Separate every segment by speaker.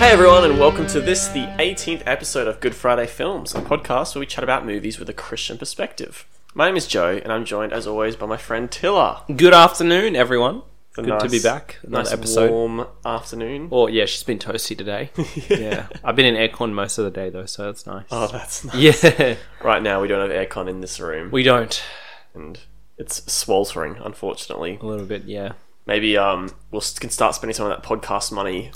Speaker 1: Hey everyone, and welcome to this, the 18th episode of Good Friday Films, a podcast where we chat about movies with a Christian perspective. My name is Joe, and I'm joined as always by my friend Tilla.
Speaker 2: Good afternoon, everyone.
Speaker 1: A
Speaker 2: Good to
Speaker 1: nice-
Speaker 2: be back. Another
Speaker 1: nice
Speaker 2: episode.
Speaker 1: warm afternoon.
Speaker 2: Or yeah, she's been toasty today. yeah, I've been in aircon most of the day though, so that's nice.
Speaker 1: Oh, that's nice.
Speaker 2: yeah,
Speaker 1: Right now, we don't have aircon in this room,
Speaker 2: we don't.
Speaker 1: and it's sweltering, unfortunately.
Speaker 2: A little bit, yeah.
Speaker 1: Maybe um, we'll s- can start spending some of that podcast money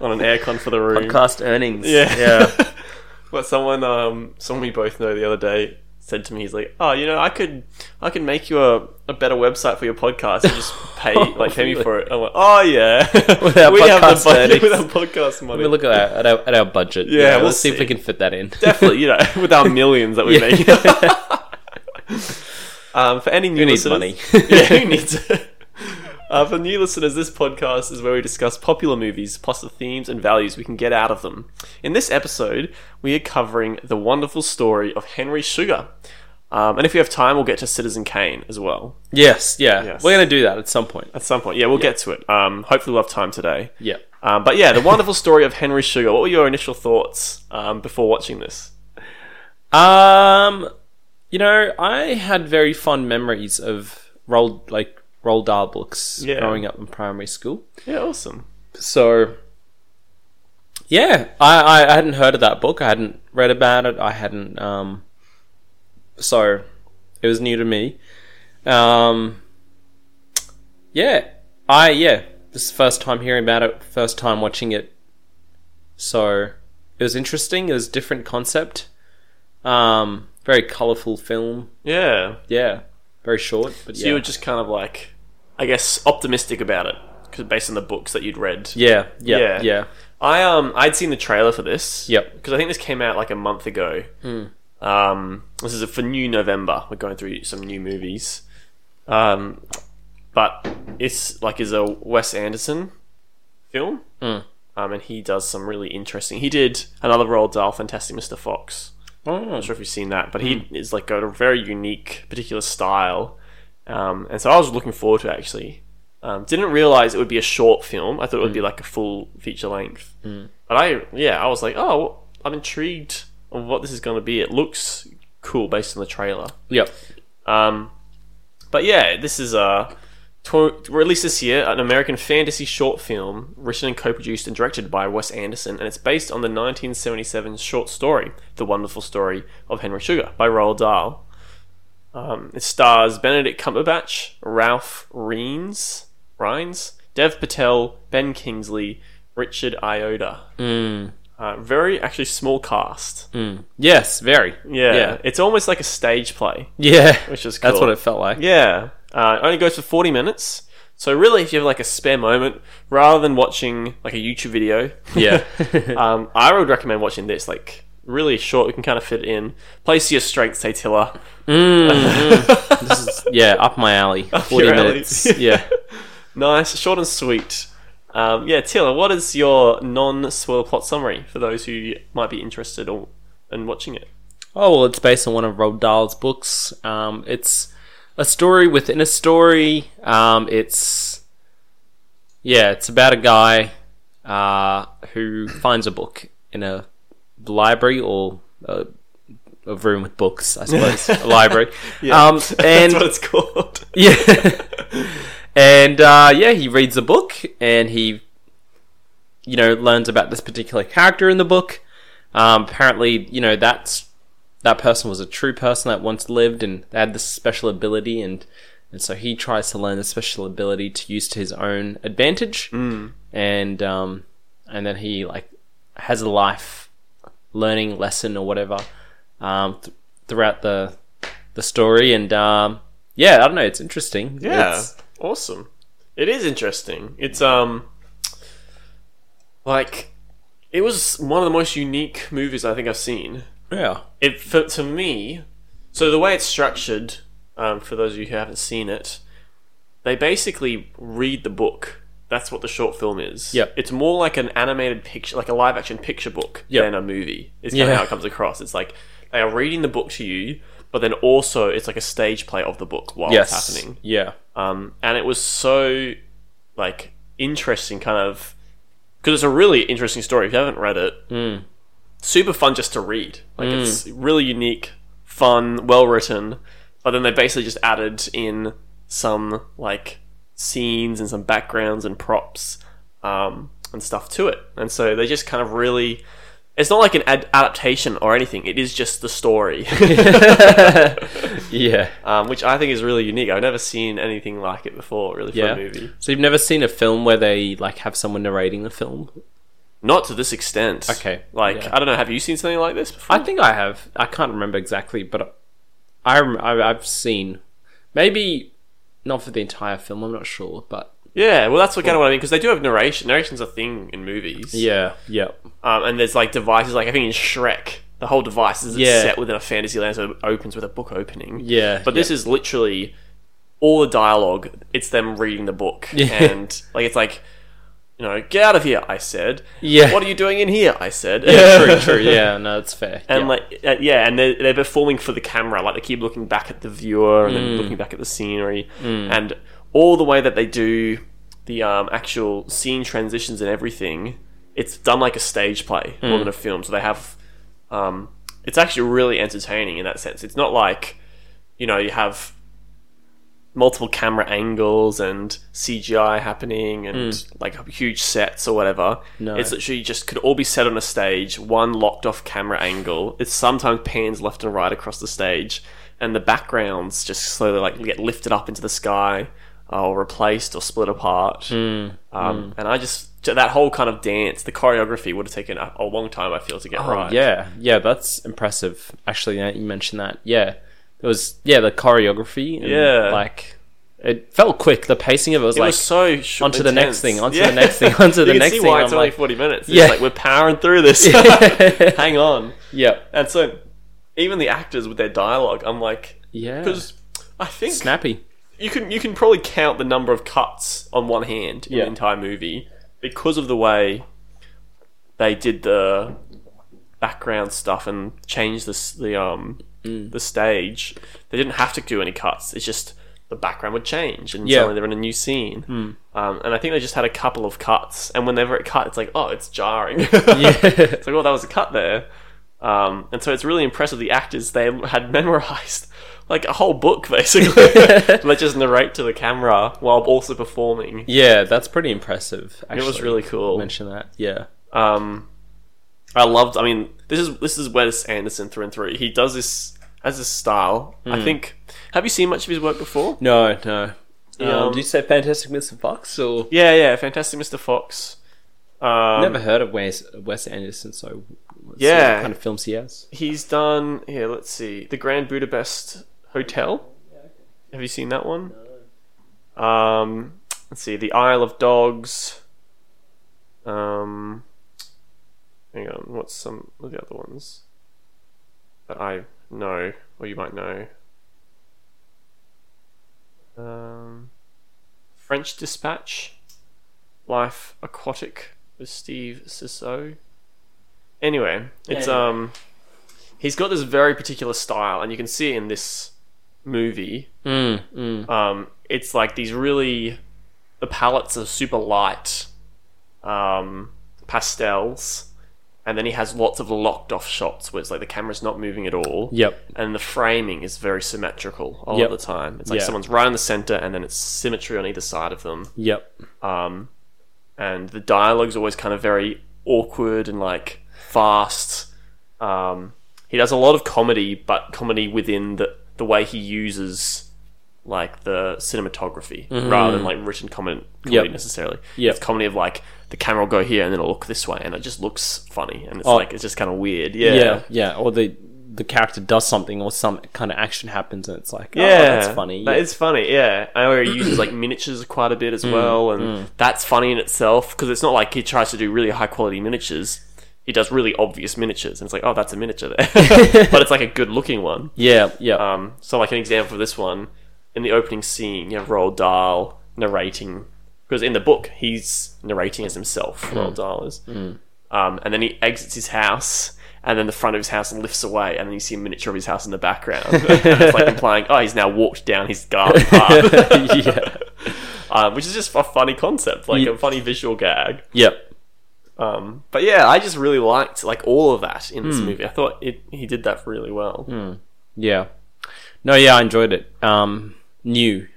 Speaker 1: on an aircon for the room.
Speaker 2: Podcast earnings.
Speaker 1: Yeah.
Speaker 2: yeah.
Speaker 1: But someone, um, someone we both know the other day said to me, he's like, "Oh, you know, I could, I could make you a, a better website for your podcast and just pay, like, pay me for it." I went, "Oh yeah,
Speaker 2: With our
Speaker 1: we have
Speaker 2: podcast
Speaker 1: the budget
Speaker 2: earnings.
Speaker 1: with our podcast money.
Speaker 2: we look at our, at our, at our budget.
Speaker 1: Yeah, we'll
Speaker 2: let's see. if
Speaker 1: see.
Speaker 2: we can fit that in.
Speaker 1: Definitely, you know, with our millions that we make. um, for any new
Speaker 2: needs
Speaker 1: listeners-
Speaker 2: money?
Speaker 1: yeah, who needs it? Uh, for new listeners, this podcast is where we discuss popular movies plus the themes and values we can get out of them. In this episode, we are covering the wonderful story of Henry Sugar. Um, and if we have time, we'll get to Citizen Kane as well
Speaker 2: yes, yeah.
Speaker 1: Yes.
Speaker 2: We're gonna do that at some point.
Speaker 1: at some point. Yeah, we'll get to it. Um, hopefully, we'll have time today.
Speaker 2: Yeah.
Speaker 1: Um, but yeah, the wonderful story of Henry Sugar. What were your initial thoughts um, before watching this?
Speaker 2: Um, you know, I had very fond memories of rolled like roll dahl books
Speaker 1: Yeah.
Speaker 2: growing up in primary school.
Speaker 1: Yeah, awesome.
Speaker 2: So, yeah, I, I, I hadn't heard of that book. I hadn't read about it. I hadn't. Um, so, it was new to me. Um, yeah, I yeah, this is the first time hearing about it. First time watching it. So, it was interesting. It was a different concept. Um, very colorful film.
Speaker 1: Yeah.
Speaker 2: Yeah, very short. But
Speaker 1: So
Speaker 2: yeah.
Speaker 1: you were just kind of like, I guess, optimistic about it because based on the books that you'd read.
Speaker 2: yeah, yeah,
Speaker 1: Yeah.
Speaker 2: yeah,
Speaker 1: I um I'd seen the trailer for this.
Speaker 2: Yep. Hmm.
Speaker 1: Because I think this came out like a month ago. Um, this is for new November. We're going through some new movies. Um, but it's like is a Wes Anderson film.
Speaker 2: Hmm.
Speaker 1: Um, and he does some really interesting. He did another Roald Dahl, Fantastic Mr. Fox.
Speaker 2: Oh,
Speaker 1: not sure if you've seen that, but he is like got a very unique, particular style, um, and so I was looking forward to it, actually. Um, didn't realize it would be a short film. I thought it would be like a full feature length. But I, yeah, I was like, oh, well, I'm intrigued on what this is going to be. It looks cool based on the trailer.
Speaker 2: yep.
Speaker 1: Um, but yeah, this is uh, tw- released this year, an American fantasy short film written and co-produced and directed by Wes Anderson, and it's based on the 1977 short story "The Wonderful Story of Henry Sugar" by Roald Dahl. Um, it stars Benedict Cumberbatch, Ralph Reines, Rhines, Dev Patel, Ben Kingsley, Richard Iota.
Speaker 2: Mm.
Speaker 1: Uh, very actually small cast.
Speaker 2: Yes, very.
Speaker 1: Yeah,
Speaker 2: Mm. yeah.
Speaker 1: it's almost like a stage play.
Speaker 2: Yeah,
Speaker 1: Which is
Speaker 2: that's
Speaker 1: cool.
Speaker 2: what it felt like.
Speaker 1: Yeah. Uh, it only goes for 40 minutes. So really, if you have like a spare moment, rather than watching like a YouTube video,
Speaker 2: Yeah,
Speaker 1: um, I would recommend watching this. Like really short, we can kind of fit it in. Place to your strengths, say Tiller.
Speaker 2: this is, Mm. yeah, up my alley. Forty
Speaker 1: your alley.
Speaker 2: minutes. Yeah,
Speaker 1: Nice, short and sweet. Um, yeah, Tiller, what is your non-spoiler plot summary for those who might be interested or in watching it?
Speaker 2: Oh, well, it's based on one of Roald Dahl's books. Um, it's a story within a story. Um, it's yeah, it's about a guy uh, who finds a book in a library or a, a room with books, I suppose, a library. Um,
Speaker 1: That's
Speaker 2: and
Speaker 1: what it's called.
Speaker 2: yeah. and uh, yeah, he reads the book and he, you know, learns about this particular character in the book. Um, apparently, you know, that's that person was a true person that once lived and they had this special ability and and so he tries to learn the special ability to use to his own advantage. Mm. And um, and then he like has a life learning lesson or whatever um, th- throughout the the story and um, yeah, I don't know. It's interesting.
Speaker 1: Yeah,
Speaker 2: It's-
Speaker 1: awesome. It is interesting. It's um, like it was one of the most unique movies I think I've seen.
Speaker 2: yeah.
Speaker 1: It for, to me, so the way it's structured, um, for those of you who haven't seen it, they basically read the book. That's what the short film is.
Speaker 2: Yep.
Speaker 1: It's more like an animated picture, like a live action picture book
Speaker 2: Yep.
Speaker 1: than a movie. It's kind of
Speaker 2: Yeah.
Speaker 1: how it comes across. It's like they are reading the book to you, but then also it's like a stage play of the book while
Speaker 2: Yes.
Speaker 1: it's happening
Speaker 2: Yeah.
Speaker 1: um, and it was so like interesting kind of because it's a really interesting story. If you haven't read it, super fun just to read. Like it's really unique, fun, well written. But then they basically just added in some like scenes and some backgrounds and props um, and stuff to it. And so they just kind of really. It's not like an ad- adaptation or anything. It is just the story,
Speaker 2: Yeah.
Speaker 1: um, which I think is really unique. I've never seen anything like it before, really, for
Speaker 2: Yeah.
Speaker 1: a movie.
Speaker 2: So you've never seen a film where they like have someone narrating the film?
Speaker 1: Not to this extent.
Speaker 2: Okay,
Speaker 1: Like,
Speaker 2: yeah.
Speaker 1: I don't know. Have you seen something like this before?
Speaker 2: I think I have. I can't remember exactly, but I, rem- I I've seen maybe not for the entire film. I'm not sure, but
Speaker 1: yeah. Well, that's what kind of what I mean because they do have narration. Narration's a thing in movies.
Speaker 2: yeah, yeah,
Speaker 1: Um, and there's like devices. Like I think in Shrek, the whole device is
Speaker 2: Yeah.
Speaker 1: set within a fantasy land, so it opens with a book opening.
Speaker 2: yeah.
Speaker 1: But this is literally all the dialogue. It's them reading the book, and like it's like, you know, get out of here. I said.
Speaker 2: Yeah.
Speaker 1: What are you doing in here? I said.
Speaker 2: yeah, true, true. Yeah, no, that's fair.
Speaker 1: And
Speaker 2: yeah.
Speaker 1: like, uh, yeah, and they're, they're performing for the camera. Like they keep looking back at the viewer and then looking back at the scenery, and all the way that they do the um, actual scene transitions and everything. It's done like a stage play more than a film. So they have, um, it's actually really entertaining in that sense. It's not like, you know, you have multiple camera angles and CGI happening and like huge sets or whatever.
Speaker 2: No.
Speaker 1: It's literally just could all be set on a stage, one locked off camera angle. It sometimes pans left and right across the stage, and the backgrounds just slowly like get lifted up into the sky uh, or replaced or split apart. Um, And I just that whole kind of dance, the choreography would have taken a, a long time. I feel to get
Speaker 2: Oh,
Speaker 1: right.
Speaker 2: Yeah, yeah, that's impressive. Actually, now that you mentioned that, yeah, it was yeah the choreography. And,
Speaker 1: Yeah.
Speaker 2: like it felt quick. The pacing of it was
Speaker 1: It
Speaker 2: like
Speaker 1: was so sh-
Speaker 2: onto the
Speaker 1: intense.
Speaker 2: next thing, onto the next thing, onto
Speaker 1: You
Speaker 2: the
Speaker 1: can
Speaker 2: next
Speaker 1: see
Speaker 2: thing,
Speaker 1: why
Speaker 2: and
Speaker 1: it's
Speaker 2: I'm
Speaker 1: only
Speaker 2: like-
Speaker 1: forty minutes.
Speaker 2: Yeah.
Speaker 1: It's like we're powering through this. Hang on.
Speaker 2: yeah,
Speaker 1: And so, even the actors with their dialogue, I'm like,
Speaker 2: yeah,
Speaker 1: because I think
Speaker 2: snappy.
Speaker 1: you can you can probably count the number of cuts on one hand in
Speaker 2: Yeah.
Speaker 1: the entire movie because of the way they did the background stuff and changed the s- the um
Speaker 2: Mm.
Speaker 1: the stage. They didn't have to do any cuts. It's just the background would change and
Speaker 2: Yeah. Mm.
Speaker 1: suddenly they're in a new scene. Um, and I think they just had a couple of cuts. And whenever it cut, it's like oh, it's jarring.
Speaker 2: Yeah.
Speaker 1: It's like, well, that was a cut there. Um, and so it's really impressive the actors they had memorized like a whole book basically. they just narrate to the camera while also performing.
Speaker 2: Yeah, that's pretty impressive. Actually.
Speaker 1: It was really cool.
Speaker 2: mention that. Yeah,
Speaker 1: Um, I loved. I mean, this is this is Wes Anderson through and through. He does this as his style.
Speaker 2: Hmm.
Speaker 1: I think. Have you seen much of his work before?
Speaker 2: no, no.
Speaker 1: Yeah.
Speaker 2: um, do you say Fantastic Mr. Fox or?
Speaker 1: Yeah, yeah. Fantastic Mr. Fox. Um,
Speaker 2: Never heard of Wes, Wes Anderson, so let's see
Speaker 1: Yeah.
Speaker 2: what kind of films he has.
Speaker 1: He's done here. Let's see, the Grand Budapest Hotel. Have you seen that one? Um, let's see, the Isle of Dogs. Um, hang on, what's some of the other ones that I know or you might know? Um, French Dispatch, Life Aquatic with Steve Sisso. Anyway, it's
Speaker 2: Yeah.
Speaker 1: um he's got this very particular style, and you can see it in this movie.
Speaker 2: Mm, mm.
Speaker 1: Um, it's like these really the palettes are super light um, pastels, and then he has lots of locked off shots where it's like the camera's not moving at all.
Speaker 2: Yep.
Speaker 1: And the framing is very symmetrical all
Speaker 2: Yep.
Speaker 1: the time. It's like
Speaker 2: Yeah.
Speaker 1: someone's right in the center, and then it's symmetry on either side of them
Speaker 2: Yep.
Speaker 1: um, and the dialogue's always kind of very awkward and like fast. Um, he does a lot of comedy, but comedy within the the way he uses like the cinematography rather than like written comment comedy
Speaker 2: Mm-hmm. Yep.
Speaker 1: necessarily.
Speaker 2: Yep.
Speaker 1: It's comedy of like the camera will go here and then it'll look this way and it just looks funny and it's
Speaker 2: Oh.
Speaker 1: like it's just kind of weird. Yeah.
Speaker 2: yeah, yeah, or the the character does something or some kind of action happens and it's like, oh,
Speaker 1: Yeah,
Speaker 2: that's funny.
Speaker 1: That
Speaker 2: yeah. Mm,
Speaker 1: is funny. Yeah, I know he uses like miniatures quite a bit as well, and that's funny in itself because it's not like he tries to do really high quality miniatures. He does really obvious miniatures, and it's like, oh, that's a miniature there, but it's like a good looking one.
Speaker 2: yeah, yeah,
Speaker 1: Um, so like an example of this one in the opening scene, you have Roald Dahl narrating because in the book he's narrating as himself.
Speaker 2: Hmm.
Speaker 1: Roald Dahl is, um, and then he exits his house. And then the front of his house lifts away, and then you see a miniature of his house in the background. it's like implying, oh, he's now walked down his garden path,
Speaker 2: yeah,
Speaker 1: um, which is just a funny concept, like
Speaker 2: Yeah.
Speaker 1: a funny visual gag.
Speaker 2: yep.
Speaker 1: Um, but yeah, I just really liked like all of that in
Speaker 2: Hmm.
Speaker 1: this movie. I thought it he did that really well.
Speaker 2: Yeah. No, yeah, I enjoyed it. Um, new,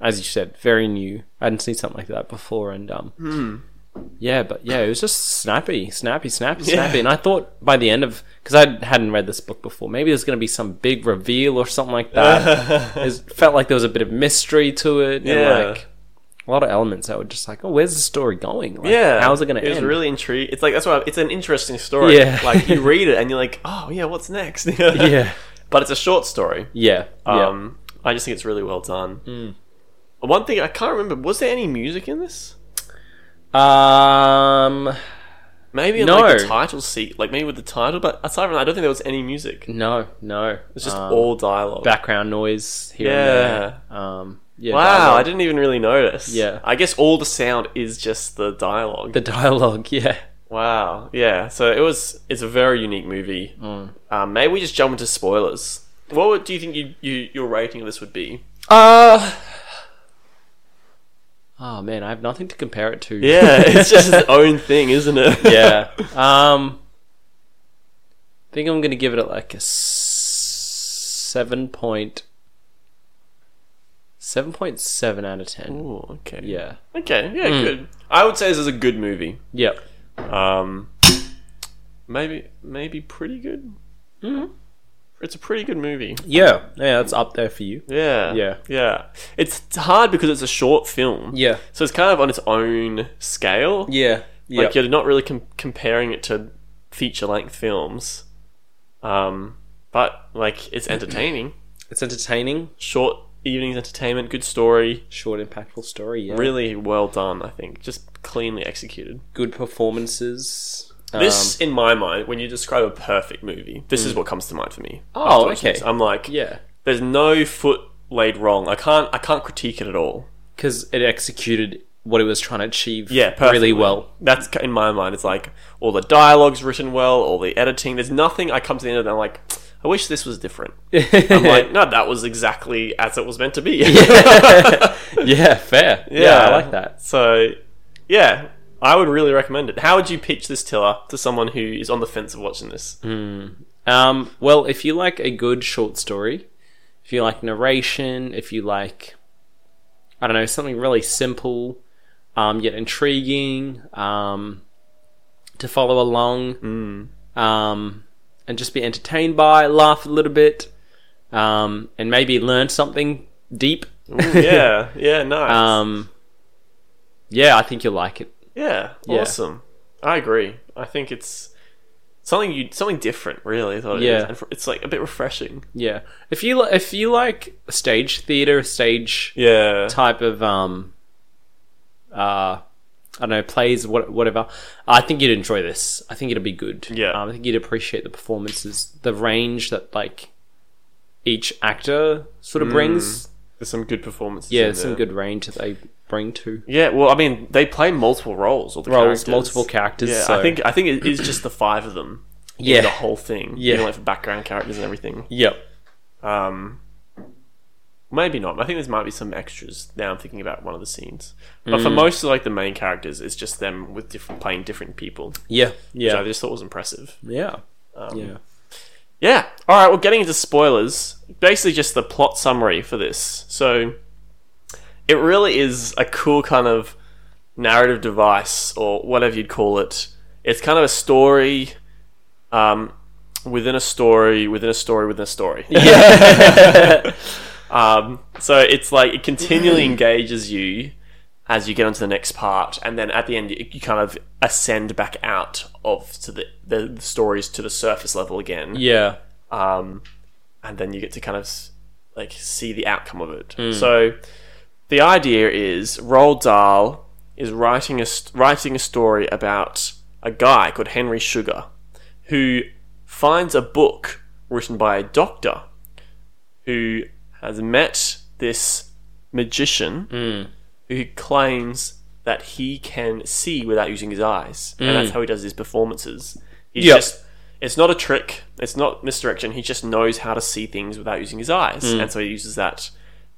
Speaker 2: as you said, very new. I hadn't seen something like that before, and um,
Speaker 1: Hmm.
Speaker 2: yeah, but yeah, it was just snappy, snappy, snappy, snappy. And I thought by the end of because I hadn't read this book before, maybe there's going to be some big reveal or something like that. it felt like there was a bit of mystery to it,
Speaker 1: Yeah.
Speaker 2: and like a lot of elements that were just like, oh, where's the story going? Like,
Speaker 1: Yeah,
Speaker 2: how's it going to
Speaker 1: It
Speaker 2: end?
Speaker 1: was really intriguing. It's like that's why it's an interesting story.
Speaker 2: Yeah.
Speaker 1: like you read it and you're like, oh yeah, what's next?
Speaker 2: yeah,
Speaker 1: but it's a short story.
Speaker 2: yeah, yeah. Hmm.
Speaker 1: Um, I just think it's really well done. One thing I can't remember was there any music in this?
Speaker 2: um,
Speaker 1: Maybe in
Speaker 2: No.
Speaker 1: like the title seat, like maybe with the title, but aside from that, I don't think there was any music. It
Speaker 2: no, no,
Speaker 1: was just
Speaker 2: um,
Speaker 1: all dialogue.
Speaker 2: background noise here
Speaker 1: Yeah.
Speaker 2: and there. Um, yeah,
Speaker 1: wow,
Speaker 2: dialogue.
Speaker 1: I didn't even really notice.
Speaker 2: Yeah.
Speaker 1: I guess all the sound is just the dialogue.
Speaker 2: the dialogue. Yeah,
Speaker 1: wow, yeah. So it was. It's a very unique movie.
Speaker 2: Mm.
Speaker 1: Um, maybe we just jump into spoilers. What would, do you think you, you, your rating of this would be?
Speaker 2: Uh Oh man, I have nothing to compare it to.
Speaker 1: Yeah, it's just its own thing, isn't it?
Speaker 2: yeah. Um I think I'm going to give it like a s- 7 point 7.7 out of 10.
Speaker 1: Ooh, okay.
Speaker 2: Yeah. Mm.
Speaker 1: Okay. Yeah. Good. I would say this is a good movie.
Speaker 2: Yep.
Speaker 1: Um, maybe maybe pretty good. Mm-hmm. It's a pretty good movie.
Speaker 2: Yeah. Yeah, that's up there for you.
Speaker 1: Yeah.
Speaker 2: Yeah.
Speaker 1: Yeah. It's hard because it's a short film.
Speaker 2: Yeah.
Speaker 1: So it's kind of on its own scale.
Speaker 2: Yeah. Yeah.
Speaker 1: Like you're not really com- comparing it to feature length films. Um, but like it's entertaining.
Speaker 2: it's entertaining,
Speaker 1: short evenings entertainment, good story,
Speaker 2: short impactful story, yeah.
Speaker 1: really well done. I think just cleanly executed.
Speaker 2: good performances. Um,
Speaker 1: This, in my mind, when you describe a perfect movie, this is what comes to mind for me.
Speaker 2: Mm. Oh,
Speaker 1: after watching
Speaker 2: okay.
Speaker 1: this. I'm like,
Speaker 2: um, yeah.
Speaker 1: there's no foot laid wrong. I can't, I can't critique it at all.
Speaker 2: Cuz it executed what it was trying to achieve
Speaker 1: Yeah,
Speaker 2: really
Speaker 1: perfectly.
Speaker 2: well.
Speaker 1: That's in my mind. It's like all the dialogues written well, all the editing. There's nothing. I come to the end of it. and I'm like, I wish this was different. I'm like, no, that was exactly as it was meant to be.
Speaker 2: yeah, fair. Yeah. I like that.
Speaker 1: So, yeah, I would really recommend it. How would you pitch this tiller to someone who is on the fence of watching this?
Speaker 2: Um, well, if you like a good short story, if you like narration, if you like, I don't know, something really simple, um, yet intriguing, um, to follow along, um, and just be entertained by, laugh a little bit, um, and maybe learn something deep.
Speaker 1: yeah, yeah, nice.
Speaker 2: Um, yeah, I think you'll like it.
Speaker 1: Yeah,
Speaker 2: Yeah.
Speaker 1: awesome. I agree. I think it's something you something different, really. Is what it
Speaker 2: Yeah.
Speaker 1: is. and fr- it's like a bit refreshing.
Speaker 2: Yeah, if you li- if you like stage theater, stage
Speaker 1: Yeah,
Speaker 2: type of um uh I don't know plays what whatever. I think you'd enjoy this. I think it'd be good.
Speaker 1: Yeah.
Speaker 2: um, I think you'd appreciate the performances, the range that like each actor sort
Speaker 1: Mm.
Speaker 2: of brings.
Speaker 1: there's some good performances.
Speaker 2: Yeah,
Speaker 1: in
Speaker 2: some
Speaker 1: there.
Speaker 2: good range that they bring to
Speaker 1: Yeah, well, I mean, they play multiple roles. All the
Speaker 2: roles,
Speaker 1: characters.
Speaker 2: multiple characters.
Speaker 1: Yeah,
Speaker 2: so.
Speaker 1: I think I think it is just the five of them. in
Speaker 2: yeah,
Speaker 1: the whole thing.
Speaker 2: Yeah.
Speaker 1: even like for background characters and everything.
Speaker 2: yep.
Speaker 1: Um, maybe not. I think there might be some extras. Now I'm thinking about one of the scenes, but
Speaker 2: Mm.
Speaker 1: for most of like the main characters, it's just them with different playing different people, which
Speaker 2: Yeah, yeah,
Speaker 1: I um, just thought was impressive.
Speaker 2: yeah, yeah.
Speaker 1: Yeah. All right. Well, getting into spoilers, basically just the plot summary for this. So, it really is a cool kind of narrative device, or whatever you'd call it. It's kind of a story, um, within a story, within a story, within a story. Yeah. um, so it's like it continually engages you as you get onto the next part, and then at the end you you kind of ascend back out of to the, the, the stories to the surface level again
Speaker 2: Yeah,
Speaker 1: um, and then you get to kind of s- like see the outcome of it. So the idea is Roald Dahl is writing a st- writing a story about a guy called Henry Sugar who finds a book written by a doctor who has met this magician who claims that he can see without using his eyes, and that's how he does his performances. He's
Speaker 2: Yep.
Speaker 1: just it's not a trick, it's not misdirection. He just knows how to see things without using his eyes, and so he uses that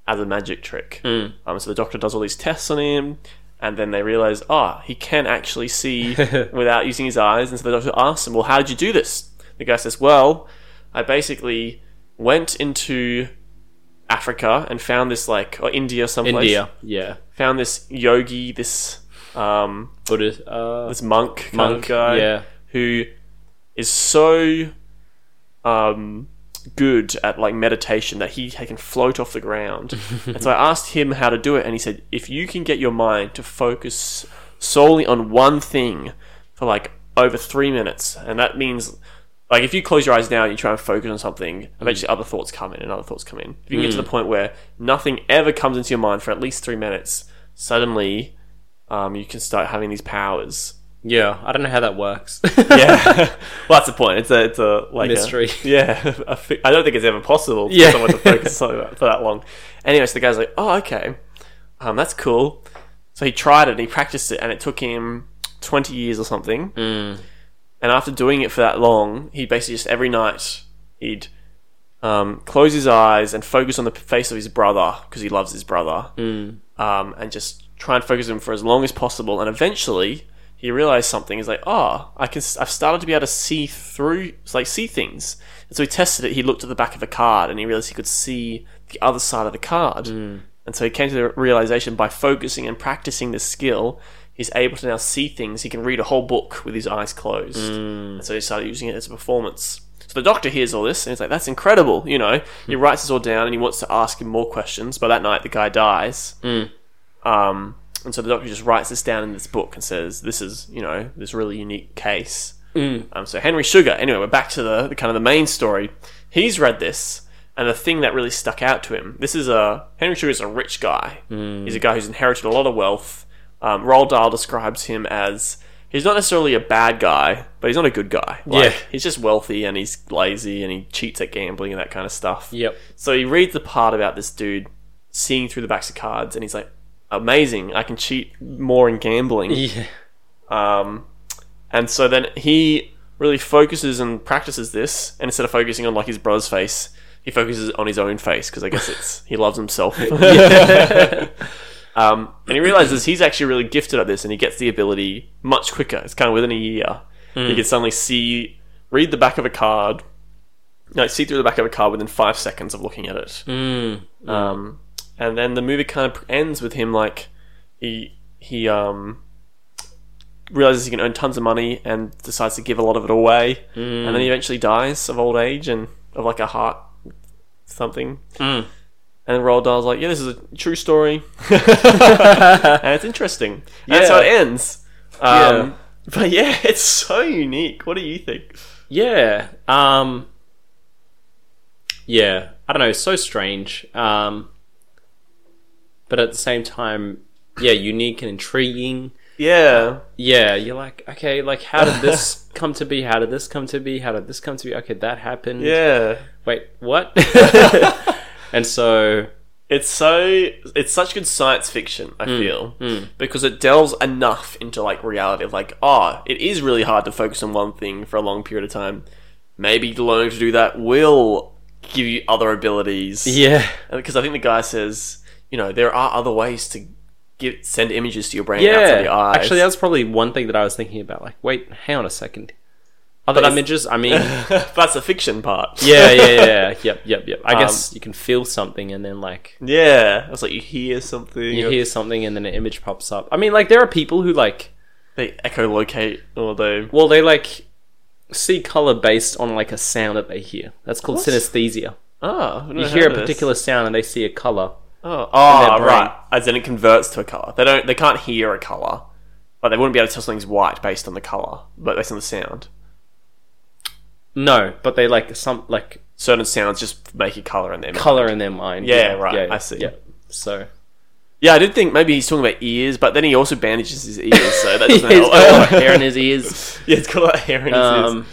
Speaker 1: as a magic trick. Um, so the doctor does all these tests on him, And then they realize, ah, he can actually see without using his eyes. And so the doctor asks him, well, how did you do this? The guy says, well, I basically went into Africa and found this, like, or India someplace.
Speaker 2: India. Yeah.
Speaker 1: Found this yogi, this, um,
Speaker 2: Buddhist. Uh,
Speaker 1: this monk kind
Speaker 2: monk.
Speaker 1: of guy
Speaker 2: Yeah.
Speaker 1: who is so um, good at like meditation that he can float off the ground. and so I asked him how to do it, and he said, "If you can get your mind to focus solely on one thing for like over three minutes, and that means." Like if you close your eyes now and you try and focus on something, eventually other thoughts come in and other thoughts come in. If you can get to the point where nothing ever comes into your mind for at least three minutes, suddenly um, you can start having these powers
Speaker 2: Yeah. I don't know how that works.
Speaker 1: yeah. well, that's the point. It's a, it's a like a-
Speaker 2: Mystery.
Speaker 1: yeah. I fi- I don't think it's ever possible for
Speaker 2: Yeah.
Speaker 1: someone to focus on that for that long. Anyway, so the guy's like, oh, okay. Um, that's cool. So he tried it and he practiced it and it took him 20 years or something.
Speaker 2: Mm.
Speaker 1: And after doing it for that long, he basically just every night he'd um, close his eyes and focus on the face of his brother because he loves his brother um, and just try and focus him for as long as possible. And eventually, he realized something. He's like, "Oh, I can. I've started to be able to see through, it's like see things." And so he tested it. He looked at the back of a card, and he realized he could see the other side of the card. And so he came to the realization by focusing and practicing this skill, he's able to now see things. He can read a whole book with his eyes closed. And so he started using it as a performance. So the doctor hears all this and he's like, "That's incredible," you know. He writes this all down and he wants to ask him more questions. But that night, the guy dies. Um, and so the doctor just writes this down in this book and says, "This is, you know, this really unique case." Um, so Henry Sugar. Anyway, we're back to the, the kind of the main story. He's read this, and the thing that really stuck out to him. This is a Henry Sugar is a rich guy. He's a guy who's inherited a lot of wealth. Um, Roald Dahl describes him as he's not necessarily a bad guy, but he's not a good guy. Like,
Speaker 2: Yeah.
Speaker 1: he's just wealthy and he's lazy and he cheats at gambling and that kind of stuff.
Speaker 2: Yep.
Speaker 1: So he reads the part about this dude seeing through the backs of cards, and he's like, "Amazing! I can cheat more in gambling."
Speaker 2: Yeah.
Speaker 1: Um, and so then he really focuses and practices this, and instead of focusing on like his brother's face, he focuses on his own face because I guess it's he loves himself. um, and he realizes he's actually really gifted at this, and he gets the ability much quicker. It's kind of within a year. He can suddenly see, read the back of a card, like see through the back of a card within five seconds of looking at it.
Speaker 2: Mm.
Speaker 1: Um, and then the movie kind of ends with him like he he um realizes he can earn tons of money and decides to give a lot of it away, and then he eventually dies of old age and of like a heart something. And Roald Dahl's like, yeah, this is a true story, and it's interesting. And That's how it ends. Um, But yeah, it's so unique. What do you think?
Speaker 2: Yeah. Um Yeah. I don't know, it's so strange. Um but at the same time, yeah, unique and intriguing.
Speaker 1: Yeah,
Speaker 2: Yeah, you're like, okay, like how did this come to be? How did this come to be? How did this come to be? Okay, that happened.
Speaker 1: yeah.
Speaker 2: Wait, what? and so
Speaker 1: It's so it's such good science fiction. I
Speaker 2: Hmm.
Speaker 1: feel because it delves enough into like reality of like, oh, it is really hard to focus on one thing for a long period of time. Maybe learning to do that will give you other abilities.
Speaker 2: Yeah.
Speaker 1: because I think the guy says, you know, there are other ways to give send images to your brain outside your eyes.
Speaker 2: Actually that's probably one thing that I was thinking about. Like, wait, hang on a second. Other
Speaker 1: But is-
Speaker 2: images, I mean
Speaker 1: But that's the fiction part.
Speaker 2: Yeah, yeah, yeah. Yep, yep, yep. I
Speaker 1: Um,
Speaker 2: guess you can feel something and then like
Speaker 1: yeah. It's like you hear something.
Speaker 2: you
Speaker 1: or
Speaker 2: hear something and then an image pops up. I mean, like there are people who like,
Speaker 1: They echolocate or they.
Speaker 2: well, they like see color based on like a sound that they hear. That's called synesthesia.
Speaker 1: Oh,
Speaker 2: You hear a particular sound and they see a color.
Speaker 1: Oh,
Speaker 2: their brain.
Speaker 1: right. As then it converts to a color. They don't. They can't hear a color, but they wouldn't be able to tell something's white based on the color, but based on the sound.
Speaker 2: No, but they like some like
Speaker 1: Certain sounds just make a color in their mind.
Speaker 2: color in their mind.
Speaker 1: Yeah, right, I see.
Speaker 2: Yeah. So
Speaker 1: Yeah, I did think maybe he's talking about ears, but then he also bandages his ears, so that doesn't
Speaker 2: he's
Speaker 1: help.
Speaker 2: got a lot of hair in his ears.
Speaker 1: yeah, it's got a lot of hair in his ears.
Speaker 2: Um,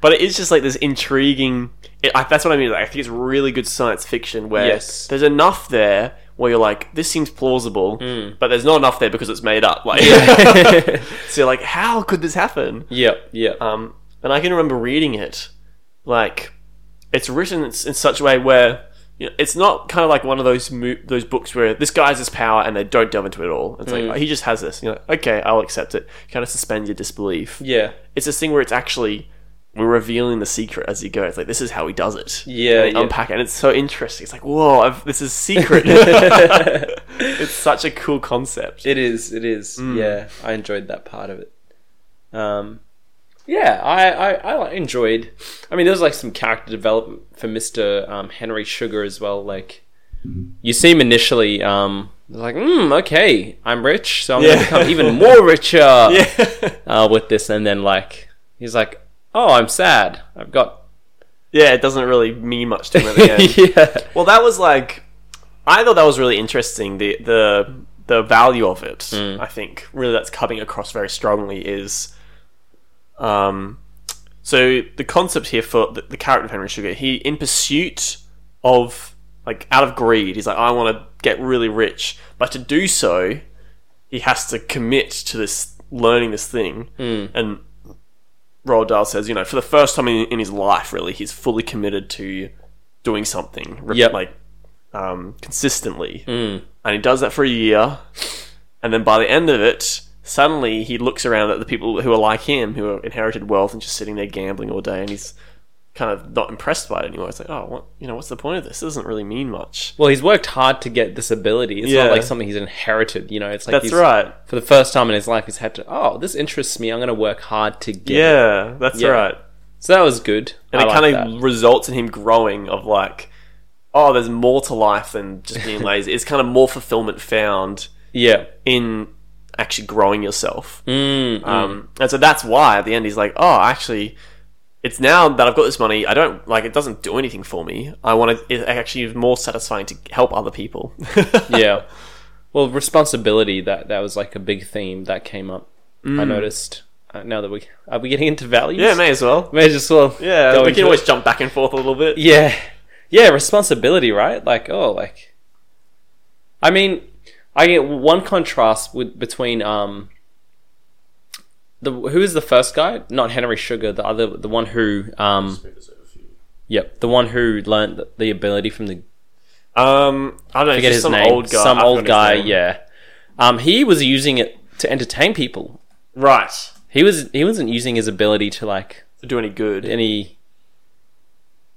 Speaker 1: But it is just like this intriguing. It, I, that's what I mean. Like, I think it's really good science fiction where
Speaker 2: Yes.
Speaker 1: there's enough there where you're like, this seems plausible,
Speaker 2: Hmm.
Speaker 1: but there's not enough there because it's made up. Like, so you're like, how could this happen?
Speaker 2: yep, yep.
Speaker 1: Um, and I can remember reading it, like it's written in, in such a way where you know, it's not kind of like one of those mo- those books where this guy has this power and they don't delve into it at all. It's
Speaker 2: Mm.
Speaker 1: like he just has this. You know, okay, I'll accept it. Kind of suspend your disbelief.
Speaker 2: Yeah.
Speaker 1: It's this thing where it's actually we're revealing the secret as you go. It's like this is how he does it. And
Speaker 2: Yeah,
Speaker 1: they
Speaker 2: yeah.
Speaker 1: unpack it, and it's so interesting. It's like whoa, I've, this is secret. it's such a cool concept.
Speaker 2: It is. It is.
Speaker 1: Mm.
Speaker 2: Yeah, I enjoyed that part of it. Um, yeah, I, I I like- enjoyed. I mean, there was like some character development for Mister um, Henry Sugar as well. Like, you seem initially um like, mm, okay, I'm rich, so I'm
Speaker 1: Yeah.
Speaker 2: gonna become even more richer
Speaker 1: yeah,
Speaker 2: uh, with this. And then like, he's like, oh, I'm sad. I've got
Speaker 1: yeah. It doesn't really mean much to him at the end.
Speaker 2: yeah.
Speaker 1: Well, that was like, I thought that was really interesting. The the the value of it, I think, really that's coming across very strongly is, um, so the concept here for the, the character of Henry Sugar, he in pursuit of like out of greed, he's like, I want to get really rich, but to do so, he has to commit to this learning this thing and Roald Dahl says, you know, for the first time in, in his life, really, he's fully committed to doing something, re-
Speaker 2: Yep.
Speaker 1: like um, consistently, and he does that for a year, and then by the end of it, suddenly he looks around at the people who are like him, who are inherited wealth and just sitting there gambling all day, and he's kind of not impressed by it anymore. It's like, oh, what, you know, what's the point of this? This doesn't really mean much.
Speaker 2: Well, he's worked hard to get this ability. It's
Speaker 1: Yeah.
Speaker 2: not like something he's inherited. You know, it's like
Speaker 1: That's
Speaker 2: he's,
Speaker 1: right.
Speaker 2: for the first time in his life, he's had to, oh, this interests me. I'm going to work hard to get it.
Speaker 1: Yeah, that's
Speaker 2: Yeah.
Speaker 1: right.
Speaker 2: So that was good.
Speaker 1: and
Speaker 2: I
Speaker 1: it
Speaker 2: like
Speaker 1: kind
Speaker 2: that.
Speaker 1: of results in him growing of like oh there's more to life than just being lazy it's kind of more fulfillment found
Speaker 2: Yeah. Mm.
Speaker 1: in actually growing yourself um, and so that's why at the end he's like oh actually it's now that i've got this money i don't like it doesn't do anything for me i want to it actually is more satisfying to help other people
Speaker 2: Yeah. Well, responsibility, that, that was like a big theme that came up. I noticed. Uh, now that we are we getting into values?
Speaker 1: Mm. yeah may as well
Speaker 2: May as well.
Speaker 1: yeah
Speaker 2: go
Speaker 1: we
Speaker 2: into
Speaker 1: can
Speaker 2: it.
Speaker 1: always jump back and forth a little bit
Speaker 2: Yeah. Yeah, responsibility, right? Like, oh, like I mean, I get one contrast with between um the who is the first guy? Not Henry Sugar, the other the one who um Yep, the one who learned the ability from the
Speaker 1: um i don't know
Speaker 2: forget
Speaker 1: just
Speaker 2: his
Speaker 1: some
Speaker 2: name,
Speaker 1: old guy
Speaker 2: some
Speaker 1: I
Speaker 2: old
Speaker 1: forgot
Speaker 2: guy,
Speaker 1: his name.
Speaker 2: yeah. Um he was using it to entertain people.
Speaker 1: right
Speaker 2: He was he wasn't using his ability to like
Speaker 1: to do any good
Speaker 2: any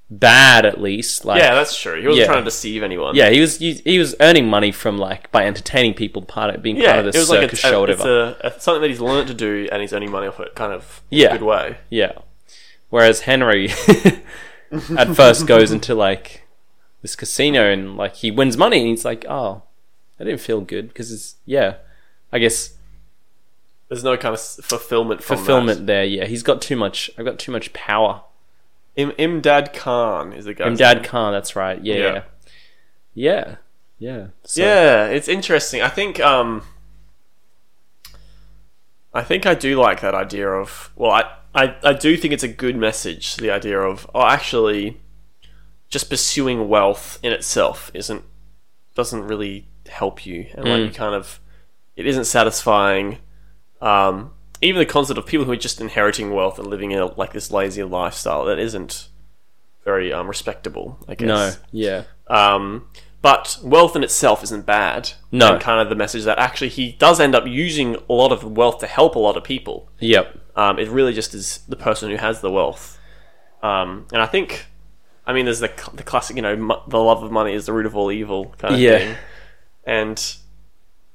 Speaker 2: bad at least like
Speaker 1: yeah that's true he wasn't
Speaker 2: Yeah.
Speaker 1: trying to deceive anyone
Speaker 2: Yeah, he was he, he was earning money from like by entertaining people, part of being
Speaker 1: Yeah,
Speaker 2: part of the
Speaker 1: it was like a,
Speaker 2: circus
Speaker 1: a,
Speaker 2: show,
Speaker 1: it's
Speaker 2: whatever.
Speaker 1: a, a, something that he's learned to do, and he's earning money off it, kind of in
Speaker 2: Yeah.
Speaker 1: a good way.
Speaker 2: yeah. Whereas Henry at first goes into like this casino and like he wins money and he's like, oh, I didn't feel good because it's yeah, I guess
Speaker 1: There's no kind of s- fulfillment. From
Speaker 2: fulfillment there. Yeah, he's got too much. I've got too much power.
Speaker 1: That. Im- Imdad Khan is the guy.
Speaker 2: Imdad Khan, that's right. Yeah,
Speaker 1: Yeah.
Speaker 2: yeah, yeah, yeah. So,
Speaker 1: Yeah, it's interesting. I think. Um, I think I do like that idea of. Well, I, I I do think it's a good message. The idea of oh, actually, just pursuing wealth in itself isn't doesn't really help you, and
Speaker 2: Hmm.
Speaker 1: like you kind of it isn't satisfying. Um, even the concept of people who are just inheriting wealth and living a, like this lazy lifestyle that isn't very um, respectable. I guess
Speaker 2: No. Yeah.
Speaker 1: um, but wealth in itself isn't bad.
Speaker 2: No.
Speaker 1: And kind of the message that actually he does end up using a lot of wealth to help a lot of people.
Speaker 2: Yep.
Speaker 1: Um, it really just is the person who has the wealth. Um, and I think, I mean, there's the, cl- the classic, you know, mo- the love of money is the root of all evil kind of
Speaker 2: Yeah.
Speaker 1: thing. And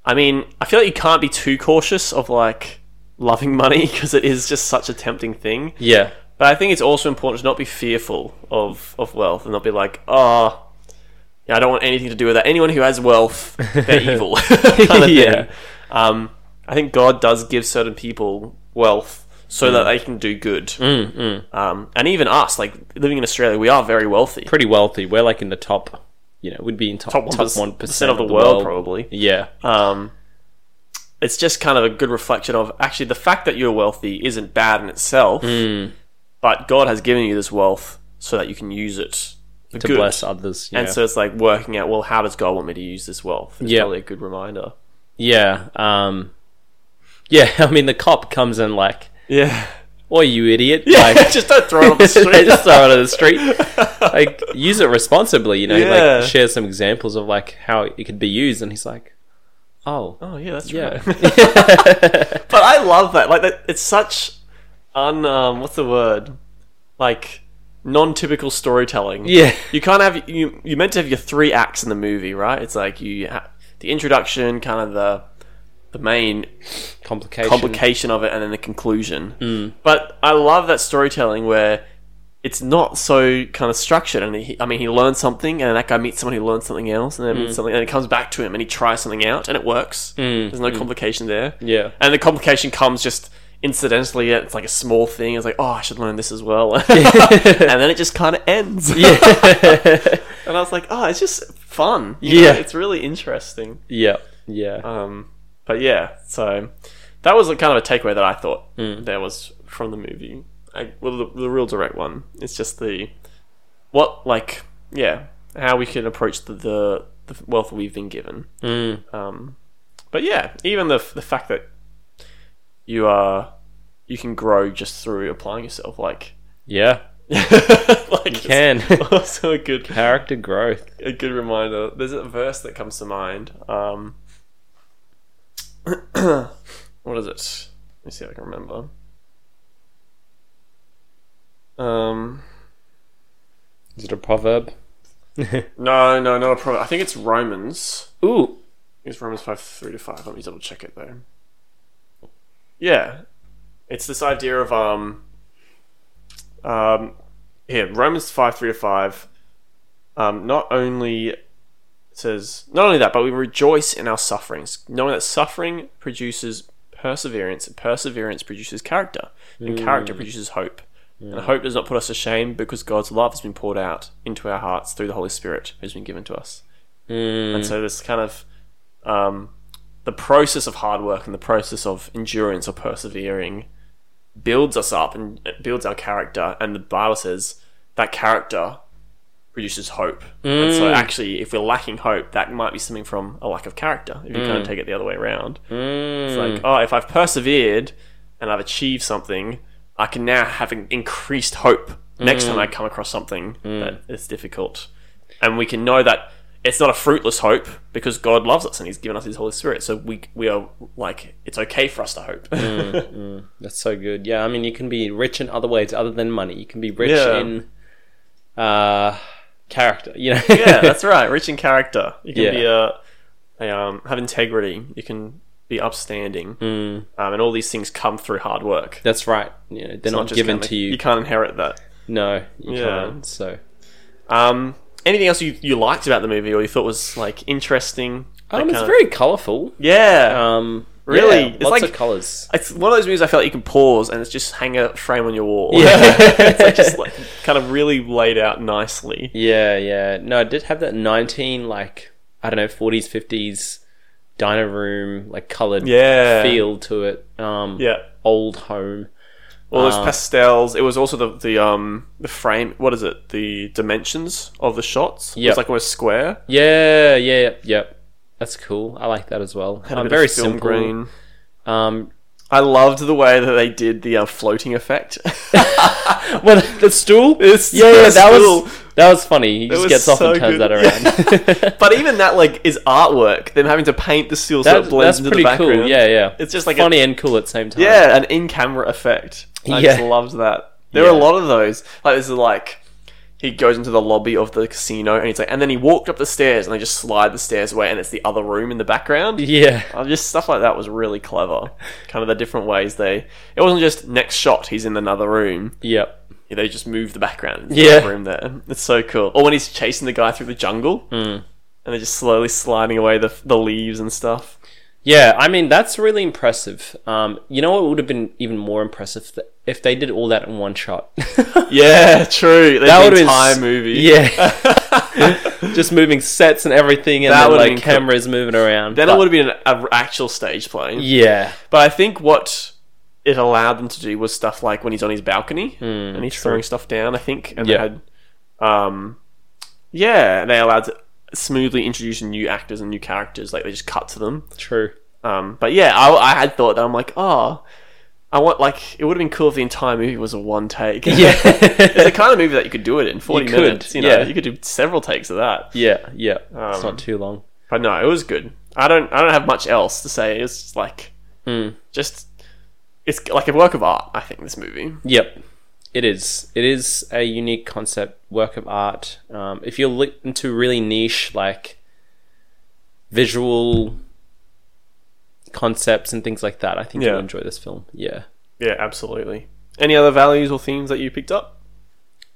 Speaker 1: I mean, I feel like you can't be too cautious of like loving money because it is just such a tempting thing.
Speaker 2: Yeah.
Speaker 1: But I think it's also important to not be fearful of, of wealth and not be like, oh, yeah, I don't want anything to do with that. Anyone who has wealth, they're evil. kind of
Speaker 2: Yeah.
Speaker 1: thing. Um, I think God does give certain people wealth so
Speaker 2: Mm.
Speaker 1: that they can do good. Um, and even us, like living in Australia, we are very wealthy.
Speaker 2: pretty wealthy. We're like in the top, you know, we'd be in top
Speaker 1: Top
Speaker 2: top
Speaker 1: 1%
Speaker 2: one percent
Speaker 1: of the world, probably.
Speaker 2: Yeah,
Speaker 1: Um, it's just kind of a good reflection of actually the fact that you're wealthy isn't bad in itself,
Speaker 2: Hmm.
Speaker 1: but God has given you this wealth so that you can use it for
Speaker 2: to
Speaker 1: good.
Speaker 2: bless others. Yeah,
Speaker 1: And so it's like working out, well, how does God want me to use this wealth? It's
Speaker 2: Yeah.
Speaker 1: probably a good reminder.
Speaker 2: yeah, um, yeah. I mean, the cop comes in like
Speaker 1: Yeah.
Speaker 2: Or you idiot.
Speaker 1: Yeah,
Speaker 2: Like,
Speaker 1: just don't throw it on the
Speaker 2: they
Speaker 1: street.
Speaker 2: just throw it on the street. Like, use it responsibly, you know?
Speaker 1: Yeah.
Speaker 2: Like, share some examples of, like, how it could be used. And he's like, oh.
Speaker 1: oh yeah, that's
Speaker 2: Yeah.
Speaker 1: right. but I love that. Like that, it's such un um, what's the word? Like non-typical storytelling.
Speaker 2: Yeah.
Speaker 1: You can't have you you meant to have your three acts in the movie, right? It's like you ha- the introduction, kind of the the main
Speaker 2: Complication.
Speaker 1: complication of it, and then the conclusion. Mm. But I love that storytelling where it's not so kind of structured. And he, I mean, he learns something, and that guy meets someone who learns something else, and then meets something, and it comes back to him, and he tries something out, and it works. There's no complication there.
Speaker 2: Yeah.
Speaker 1: and the complication comes just incidentally. It's like a small thing. It's like, oh, I should learn this as well, and then it just kind of ends.
Speaker 2: Yeah.
Speaker 1: and I was like, oh, it's just fun.
Speaker 2: Yeah.
Speaker 1: it's really interesting.
Speaker 2: yeah. Yeah.
Speaker 1: Um, but yeah, so that was a kind of a takeaway that I thought
Speaker 2: Hmm.
Speaker 1: there was from the movie. I, well, the, the real direct one. It's just the what, like, yeah, how we can approach the the, the wealth we've been given.
Speaker 2: Mm,
Speaker 1: Um, but yeah, even the the fact that you are you can grow just through applying yourself, like,
Speaker 2: yeah.
Speaker 1: like you
Speaker 2: can.
Speaker 1: also a good
Speaker 2: Character growth.
Speaker 1: a good reminder. There's a verse that comes to mind. Um, what is it? Let me see if I can remember. Um,
Speaker 2: Is it a proverb?
Speaker 1: no, no, not a problem. I think it's Romans.
Speaker 2: Ooh.
Speaker 1: It's Romans five three to five. Let me double check it though. Yeah, it's this idea of um, um, here Romans five three to five. Um, not only it says not only that, but we rejoice in our sufferings, knowing that suffering produces perseverance, and perseverance produces character, and character produces hope. And hope does not put us to shame because God's love has been poured out into our hearts through the Holy Spirit who's been given to us.
Speaker 2: Mm.
Speaker 1: And so this kind of um, the process of hard work and the process of endurance or persevering builds us up and it builds our character. And the Bible says that character produces hope. And so actually, if we're lacking hope, that might be something from a lack of character. If you kind of take it the other way around, it's like, oh, if I've persevered and I've achieved something, I can now have an increased hope next time I come across something that is difficult. And we can know that it's not a fruitless hope because God loves us and He's given us His Holy Spirit. So we, we are like, it's okay for us to hope.
Speaker 2: Mm. That's so good. Yeah, I mean, you can be rich in other ways other than money. You can be rich
Speaker 1: Yeah.
Speaker 2: in uh, character. You know.
Speaker 1: yeah, that's right. Rich in character. You can
Speaker 2: Yeah.
Speaker 1: be a, a um, have integrity. You can be upstanding,
Speaker 2: Mm.
Speaker 1: um, and all these things come through hard work.
Speaker 2: That's right. You know, they're
Speaker 1: It's
Speaker 2: not,
Speaker 1: just
Speaker 2: given
Speaker 1: kinda-
Speaker 2: to you.
Speaker 1: You can't inherit that.
Speaker 2: No, you
Speaker 1: Yeah.
Speaker 2: can't. So.
Speaker 1: Um, anything else you, you liked about the movie, or you thought was like interesting? that
Speaker 2: Um, it's
Speaker 1: kinda-
Speaker 2: very colourful.
Speaker 1: yeah.
Speaker 2: Um,
Speaker 1: Really?
Speaker 2: yeah,
Speaker 1: It's
Speaker 2: lots
Speaker 1: like-
Speaker 2: of colours.
Speaker 1: it's one of those movies I felt like you can pause and it's just hang a frame on your wall.
Speaker 2: Yeah.
Speaker 1: it's like just like, kind of really laid out nicely.
Speaker 2: Yeah, yeah. No, it did have that nineteen like I don't know forties, fifties diner room like coloured
Speaker 1: Yeah.
Speaker 2: feel to it. Um,
Speaker 1: Yeah.
Speaker 2: old home.
Speaker 1: All those
Speaker 2: Um,
Speaker 1: pastels. It was also the the um the frame. What is it? The dimensions of the shots. It
Speaker 2: Yeah.
Speaker 1: was like almost square.
Speaker 2: Yeah, yeah, yeah, yeah. That's cool. I like that as well.
Speaker 1: Had a
Speaker 2: Um,
Speaker 1: bit of
Speaker 2: very
Speaker 1: film
Speaker 2: simple. Um,
Speaker 1: I loved the way that they did the uh, floating effect.
Speaker 2: well, the stool.
Speaker 1: It's-
Speaker 2: yeah, yeah,
Speaker 1: the
Speaker 2: that
Speaker 1: stool.
Speaker 2: was that was funny. He just
Speaker 1: was
Speaker 2: gets off
Speaker 1: so
Speaker 2: and turns
Speaker 1: good.
Speaker 2: that around.
Speaker 1: but even that like is artwork. Them having to paint the seal so
Speaker 2: that,
Speaker 1: it blends
Speaker 2: that's
Speaker 1: into the
Speaker 2: pretty
Speaker 1: background.
Speaker 2: cool. Yeah, yeah.
Speaker 1: It's just like a-
Speaker 2: funny and cool at the same time.
Speaker 1: Yeah, an in camera effect. I just
Speaker 2: Yeah.
Speaker 1: loved that. There
Speaker 2: Yeah.
Speaker 1: were a lot of those. Like this is like he goes into the lobby of the casino and he's like and then he walked up the stairs and they just slide the stairs away and it's the other room in the background.
Speaker 2: yeah.
Speaker 1: Uh, Just stuff like that was really clever. Kind of the different ways they it wasn't just next shot he's in another room.
Speaker 2: Yep.
Speaker 1: They just move the background into
Speaker 2: Yeah.
Speaker 1: that room there. It's so cool. Or when he's chasing the guy through the jungle
Speaker 2: Hmm.
Speaker 1: and they're just slowly sliding away the the leaves and stuff.
Speaker 2: Yeah, I mean that's really impressive. Um, you know what would have been even more impressive th- if they did all that in one shot.
Speaker 1: Yeah, true.
Speaker 2: that
Speaker 1: That
Speaker 2: would've
Speaker 1: would
Speaker 2: been
Speaker 1: entire
Speaker 2: s-
Speaker 1: movie.
Speaker 2: Yeah, just moving sets and everything, and
Speaker 1: That
Speaker 2: then
Speaker 1: would've
Speaker 2: like
Speaker 1: been cool.
Speaker 2: cameras moving around.
Speaker 1: Then
Speaker 2: But-
Speaker 1: it would have been an a, actual stage play.
Speaker 2: yeah,
Speaker 1: But I think what it allowed them to do was stuff like when he's on his balcony and he's throwing stuff down. I think, and
Speaker 2: Hmm, Yeah.
Speaker 1: they had, um, yeah, they allowed to smoothly introduce new actors and new characters. Like they just cut to them.
Speaker 2: true.
Speaker 1: Um, but yeah, I, I had thought that I'm like, oh, I want like it would have been cool if the entire movie was a one take.
Speaker 2: Yeah.
Speaker 1: it's the kind of movie that you could do it in forty
Speaker 2: You could,
Speaker 1: minutes. You know,
Speaker 2: yeah.
Speaker 1: you could do several takes of that.
Speaker 2: Yeah, yeah. it's
Speaker 1: Um,
Speaker 2: not too long.
Speaker 1: But no, it was good. I don't I don't have much else to say. It's just like Hmm. just it's like a work of art. I think this movie.
Speaker 2: Yep. It is. It is a unique concept, work of art. Um, if you're li- into really niche, like visual concepts and things like that, I think
Speaker 1: Yeah.
Speaker 2: you'll enjoy this film. Yeah.
Speaker 1: Yeah, absolutely. Any other values or themes that you picked up?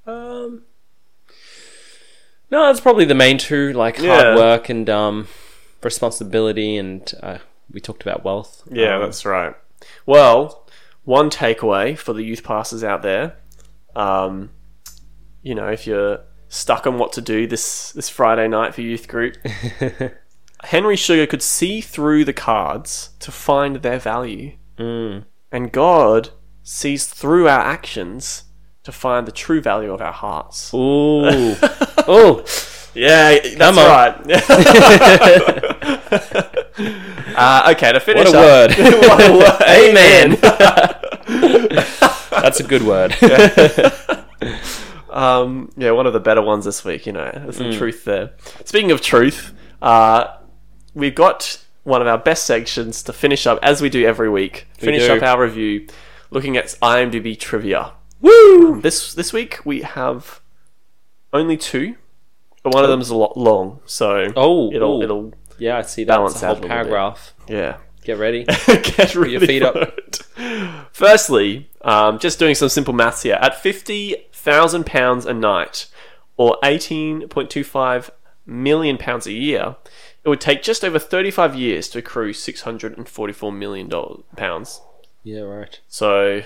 Speaker 2: Um, no, that's probably the main two, like
Speaker 1: Yeah.
Speaker 2: hard work and um, responsibility, and uh, we talked about wealth.
Speaker 1: Yeah,
Speaker 2: Um,
Speaker 1: that's right. Well, one takeaway for the youth pastors out there, um, you know, if you're stuck on what to do this this Friday night for youth group, Henry Sugar could see through the cards to find their value,
Speaker 2: Mm.
Speaker 1: and God sees through our actions to find the true value of our hearts.
Speaker 2: Ooh, oh,
Speaker 1: Yeah, that's
Speaker 2: on.
Speaker 1: right. uh, okay, to finish
Speaker 2: what a
Speaker 1: up-
Speaker 2: word!
Speaker 1: What a word.
Speaker 2: Amen. that's a good word.
Speaker 1: Um, yeah, one of the better ones this week. You know, there's
Speaker 2: Mm.
Speaker 1: some truth there. Speaking of truth, uh, we've got one of our best sections to finish up, as we do every week. Finish
Speaker 2: do.
Speaker 1: up our review, looking at IMDb trivia.
Speaker 2: Woo!
Speaker 1: This this week we have only two, but one of them's a lot long, so
Speaker 2: Oh,
Speaker 1: it'll
Speaker 2: ooh.
Speaker 1: it'll
Speaker 2: Yeah, I see. That's
Speaker 1: Balance
Speaker 2: a
Speaker 1: out a little
Speaker 2: whole
Speaker 1: bit.
Speaker 2: paragraph.
Speaker 1: yeah.
Speaker 2: Get ready.
Speaker 1: Get ready
Speaker 2: your feet
Speaker 1: for
Speaker 2: up.
Speaker 1: it. Firstly, um, just doing some simple maths here. At fifty thousand pounds a night, or eighteen point two five million pounds a year, it would take just over thirty-five years to accrue six hundred and forty-four million dollars pounds.
Speaker 2: Yeah, right.
Speaker 1: So,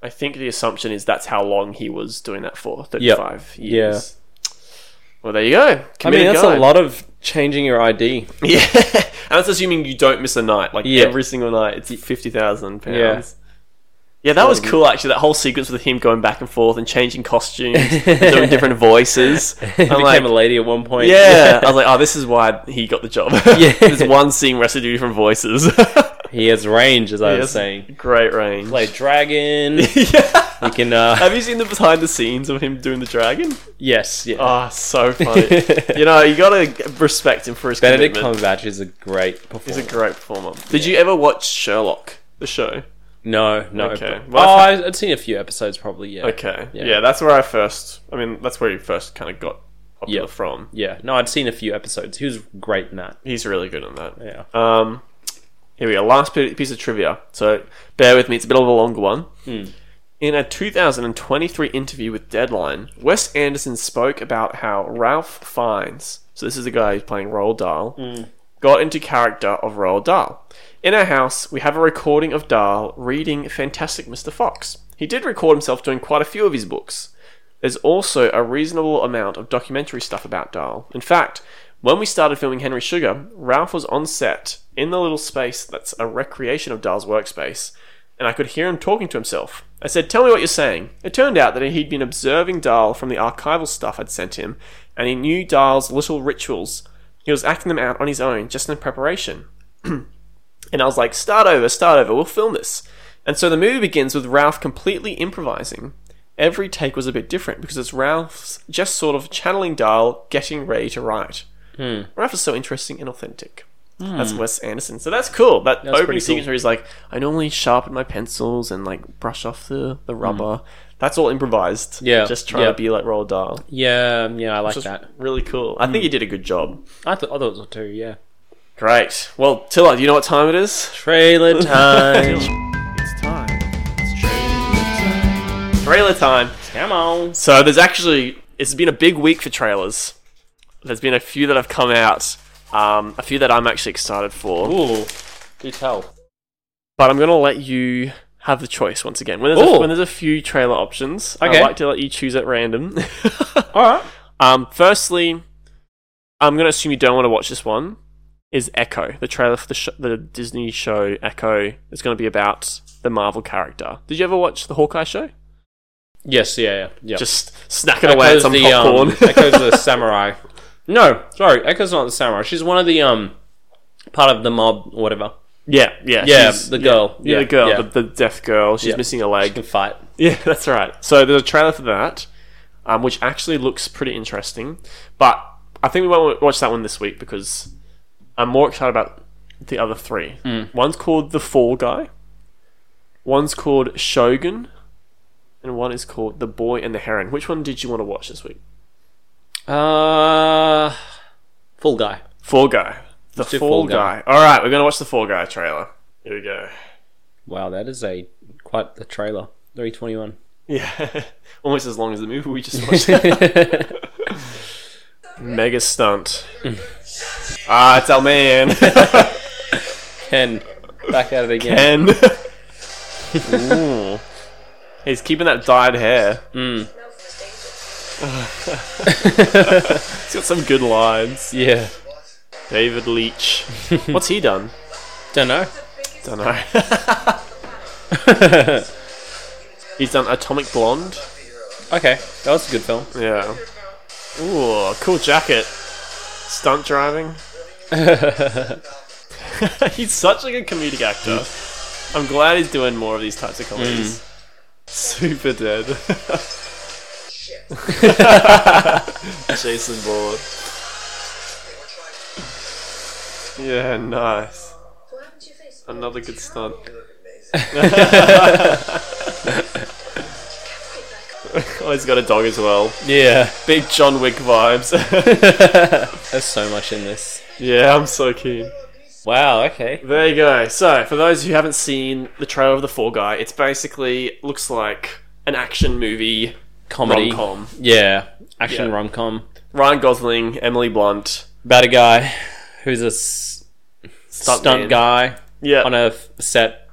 Speaker 1: I think the assumption is that's how long he was doing that for thirty-five years. Well, there you go.
Speaker 2: I mean,
Speaker 1: Committed
Speaker 2: that's
Speaker 1: guy.
Speaker 2: a lot of changing your ID.
Speaker 1: Yeah, and that's assuming you don't miss a night. Like
Speaker 2: Yeah.
Speaker 1: every single night, it's fifty thousand
Speaker 2: Yeah.
Speaker 1: pounds. Yeah, that was cool. Actually, that whole sequence with him going back and forth and changing costumes, and doing different voices.
Speaker 2: I
Speaker 1: I'm
Speaker 2: became
Speaker 1: like,
Speaker 2: a lady at one point.
Speaker 1: yeah, I was like, oh, this is why he got the job.
Speaker 2: Yeah.
Speaker 1: There's one scene where he has to do different voices.
Speaker 2: he has range, as I was
Speaker 1: Yes,
Speaker 2: saying.
Speaker 1: great range.
Speaker 2: Play dragon.
Speaker 1: yeah.
Speaker 2: You can. Uh,
Speaker 1: Have you seen the behind the scenes of him doing the dragon?
Speaker 2: yes. Yeah.
Speaker 1: Oh, so funny. you know, you gotta respect him for his
Speaker 2: Benedict
Speaker 1: commitment.
Speaker 2: Cumberbatch is a great performer.
Speaker 1: He's a great performer. Did you ever watch Sherlock, the show?
Speaker 2: no, no.
Speaker 1: Okay.
Speaker 2: but-
Speaker 1: Well,
Speaker 2: oh,
Speaker 1: I've-
Speaker 2: I- I'd seen a few episodes probably. Yeah.
Speaker 1: Okay. Yeah.
Speaker 2: Yeah.
Speaker 1: that's where I first. I mean, that's where he first kind of got popular
Speaker 2: Yeah.
Speaker 1: from.
Speaker 2: Yeah. No, I'd seen a few episodes. He was great in that. Uh,
Speaker 1: He's really good on that.
Speaker 2: Yeah.
Speaker 1: Um, here we go. Last pi- piece of trivia. So bear with me. It's a bit of a longer one. In a 2023 interview with Deadline, Wes Anderson spoke about how Ralph Fiennes, so this is the guy who's playing Roald Dahl, got into character of Roald Dahl. In our house, we have a recording of Dahl reading Fantastic Mr. Fox. He did record himself doing quite a few of his books. There's also a reasonable amount of documentary stuff about Dahl. In fact, when we started filming Henry Sugar, Ralph was on set in the little space that's a recreation of Dahl's workspace, and I could hear him talking to himself. I said, Tell me what you're saying. It turned out that he'd been observing Dahl from the archival stuff I'd sent him, and he knew Dahl's little rituals. He was acting them out on his own, just in preparation. And I was like, start over, start over, we'll film this. And so the movie begins with Ralph completely improvising. Every take was a bit different because it's Ralph's just sort of channeling Dahl, getting ready to write. Ralph is so interesting and authentic. That's Wes Anderson. So that's cool. That opening
Speaker 2: pretty
Speaker 1: sequence where he's like, I normally sharpen my pencils and like brush off the, the rubber. That's all improvised.
Speaker 2: Yeah,
Speaker 1: Just trying
Speaker 2: yeah.
Speaker 1: to be like Roald Dahl.
Speaker 2: Yeah. um, Yeah. I like
Speaker 1: Just
Speaker 2: that.
Speaker 1: really cool. I think he did a good job.
Speaker 2: I thought. I thought it was two. Yeah.
Speaker 1: Great. Well, Tilla, do you know what time it is?
Speaker 2: Trailer time.
Speaker 1: It's time. It's trailer time. Trailer time.
Speaker 2: Come on.
Speaker 1: So there's actually it's been a big week for trailers. There's been a few that have come out, um, a few that I'm actually excited for.
Speaker 2: Ooh. Do tell.
Speaker 1: But I'm gonna let you have the choice once again. When there's, a,
Speaker 2: Ooh.
Speaker 1: when there's a few trailer options, I
Speaker 2: Okay.
Speaker 1: like to let you choose at random.
Speaker 2: All right.
Speaker 1: um, firstly, I'm gonna assume you don't want to watch this one. Is Echo the trailer for the sh- the Disney show Echo? It's gonna be about the Marvel character. Did you ever watch the Hawkeye show?
Speaker 2: Yes. Yeah. Yeah. yeah.
Speaker 1: just snacking away at some popcorn.
Speaker 2: Um, Echo's the samurai. No, sorry, Echo's not the samurai. She's one of the um part of the mob, or whatever.
Speaker 1: Yeah, yeah,
Speaker 2: Yeah,
Speaker 1: she's-
Speaker 2: the girl.
Speaker 1: yeah,
Speaker 2: Yeah,
Speaker 1: the girl,
Speaker 2: yeah.
Speaker 1: The, the deaf girl. She's
Speaker 2: Yeah.
Speaker 1: missing a leg.
Speaker 2: Can fight.
Speaker 1: Yeah, that's right. So there's a trailer for that, um, which actually looks pretty interesting. But I think we won't watch that one this week because I'm more excited about the other three.
Speaker 2: Mm.
Speaker 1: One's called The Fall Guy, one's called Shogun, and one is called The Boy and the Heron. Which one did you want to watch this week?
Speaker 2: Uh, full guy.
Speaker 1: Fall Guy. The
Speaker 2: do
Speaker 1: Fall,
Speaker 2: Fall
Speaker 1: guy. All right, we're going to watch the Fall Guy trailer. Here we go.
Speaker 2: Wow, that is a quite the trailer. Three twenty one.
Speaker 1: Yeah. Almost as long as the movie we just watched. Mega stunt. ah, it's our man.
Speaker 2: Ken, back at it again.
Speaker 1: and Ooh. he's keeping that dyed hair. He's got some good lines.
Speaker 2: Yeah.
Speaker 1: David Leach. What's he done?
Speaker 2: Don't know.
Speaker 1: Don't know. he's done Atomic Blonde.
Speaker 2: Okay, that was a good film.
Speaker 1: Yeah. Ooh, cool jacket. Stunt driving. he's such a good comedic actor. I'm glad he's doing more of these types of comedies. Hmm. Super dead. Jason Bourne. Yeah, nice. Another good stunt. Oh, he's got a dog as well.
Speaker 2: Yeah,
Speaker 1: Big John Wick vibes.
Speaker 2: there's so much in this.
Speaker 1: yeah, I'm so keen.
Speaker 2: Wow. Okay.
Speaker 1: There you go. So, for those who haven't seen the trailer of The Fall Guy, it's basically looks like an action movie
Speaker 2: Comedy.
Speaker 1: rom com.
Speaker 2: Yeah. Action
Speaker 1: Yeah.
Speaker 2: rom com
Speaker 1: Ryan Gosling, Emily Blunt,
Speaker 2: about a guy who's a s- stunt,
Speaker 1: man.
Speaker 2: guy
Speaker 1: Yeah,
Speaker 2: on a f- set,